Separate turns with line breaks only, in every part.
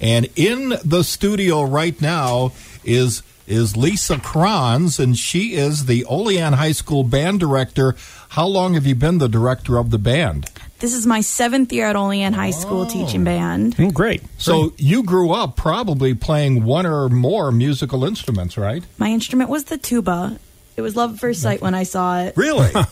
And in the studio right now is is Lisa Kranz, and she is the Olean High School band director. How long have you been the director of the band?
This is my seventh year at Olean High
Oh.
School teaching band.
Mm, great.
So you grew up probably playing one or more musical instruments, right?
My instrument was the tuba. It was love at first sight when I saw it.
Really?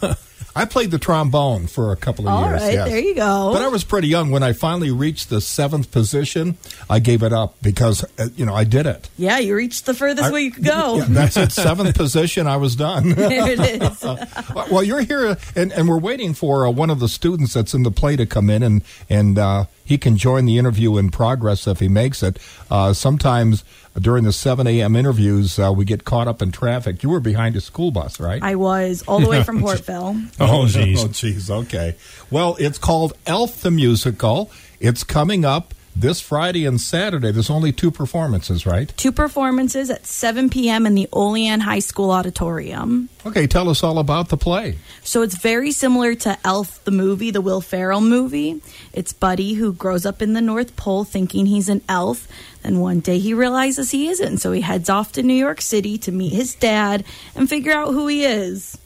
I played the trombone for a couple of
All
years.
right,
yes.
there you go.
But I was pretty young when I finally reached the seventh position. I gave it up because uh, you know I did it.
Yeah, you reached the furthest
I-
way you could go.
Yeah, that's it. Seventh position. I was done.
there it is.
Uh, well, you're here, and, and we're waiting for uh, one of the students that's in the play to come in, and and uh, he can join the interview in progress if he makes it. Uh, sometimes during the seven a.m. interviews, uh, we get caught up in traffic. You were behind a school bus, right?
I was all the way from Portville.
Oh, jeez.
Oh, jeez. Okay. Well, it's called Elf the Musical. It's coming up this Friday and Saturday. There's only two performances, right?
Two performances at 7 p.m. in the Olean High School auditorium.
Okay. Tell us all about the play.
So it's very similar to Elf, the movie, the Will Ferrell movie. It's Buddy who grows up in the North Pole thinking he's an elf. Then one day he realizes he isn't, so he heads off to New York City to meet his dad and figure out who he is.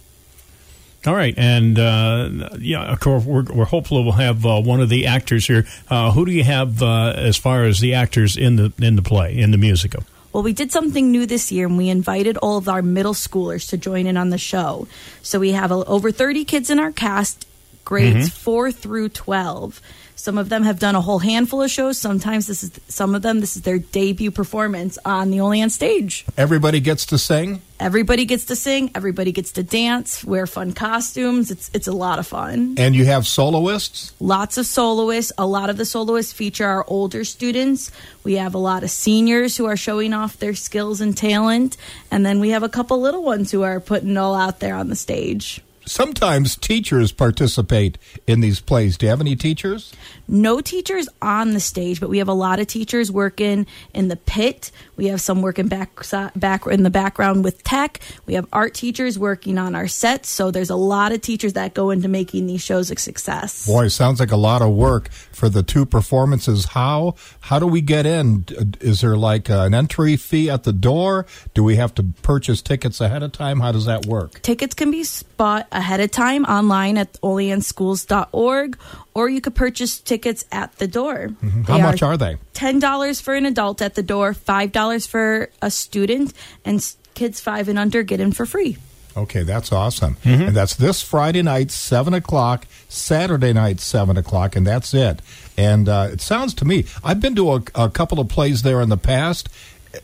All right, and uh, yeah, of course, we're, we're hopeful we'll have uh, one of the actors here. Uh, who do you have uh, as far as the actors in the in the play in the musical?
Well, we did something new this year and we invited all of our middle schoolers to join in on the show. So we have uh, over 30 kids in our cast, grades 4 through 12. Some of them have done a whole handful of shows. Sometimes this is some of them this is their debut performance on the Olean stage.
Everybody gets to sing.
Everybody gets to sing, everybody gets to dance, wear fun costumes. It's it's a lot of fun.
And you have soloists.
Lots of soloists. A lot of the soloists feature our older students. We have a lot of seniors who are showing off their skills and talent, and then we have a couple little ones who are putting it all out there on the stage.
Sometimes teachers participate in these plays. Do you have any teachers?
no teachers on the stage, but we have a lot of teachers working in the pit. We have some working back back in the background with tech. We have art teachers working on our sets. So there's a lot of teachers that go into making these shows a success.
Boy, sounds like a lot of work for the two performances. How how do we get in? D- Is there like an entry fee at the door? Do we have to purchase tickets ahead of time? How does that work?
Tickets can be bought ahead of time online at oleanschools.org, or you could purchase tickets at the door.
Mm-hmm. How much are they?
ten dollars for an adult at the door, five dollars for a student, and s- kids five and under get in for free.
Okay, that's awesome. And that's this Friday night, 7 o'clock, Saturday night, 7 o'clock, and that's it. And uh, it sounds to me, I've been to a, a couple of plays there in the past.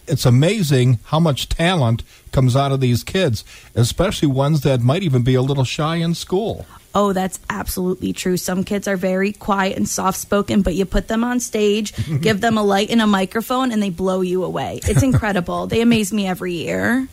It's amazing how much talent comes out of these kids, especially ones that might even be a little shy in school.
Oh, that's absolutely true. Some kids are very quiet and soft spoken, but you put them on stage, give them a light and a microphone, and they blow you away. It's incredible. they amaze me every year.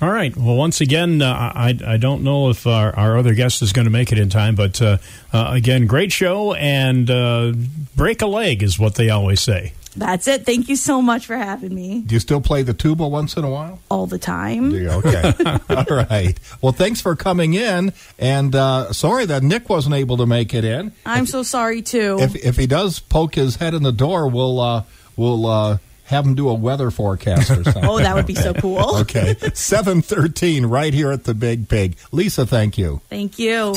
All right. Well, once again, uh, I I don't know if our, our other guest is going to make it in time, but uh, uh, again, great show and uh, break a leg is what they always say.
That's it. Thank you so much for having me
Do you still play the tuba once in a while?
all the time.
Do you? Okay. All right. Well, thanks for coming in. And uh, sorry that Nick wasn't able to make it in.
I'm so sorry, too.
if if he does poke his head in the door, we'll uh, we'll uh, have him do a weather forecast or something.
oh, that would be so cool.
okay, seven thirteen, right here at the Big Pig. Lisa, thank you.
Thank you.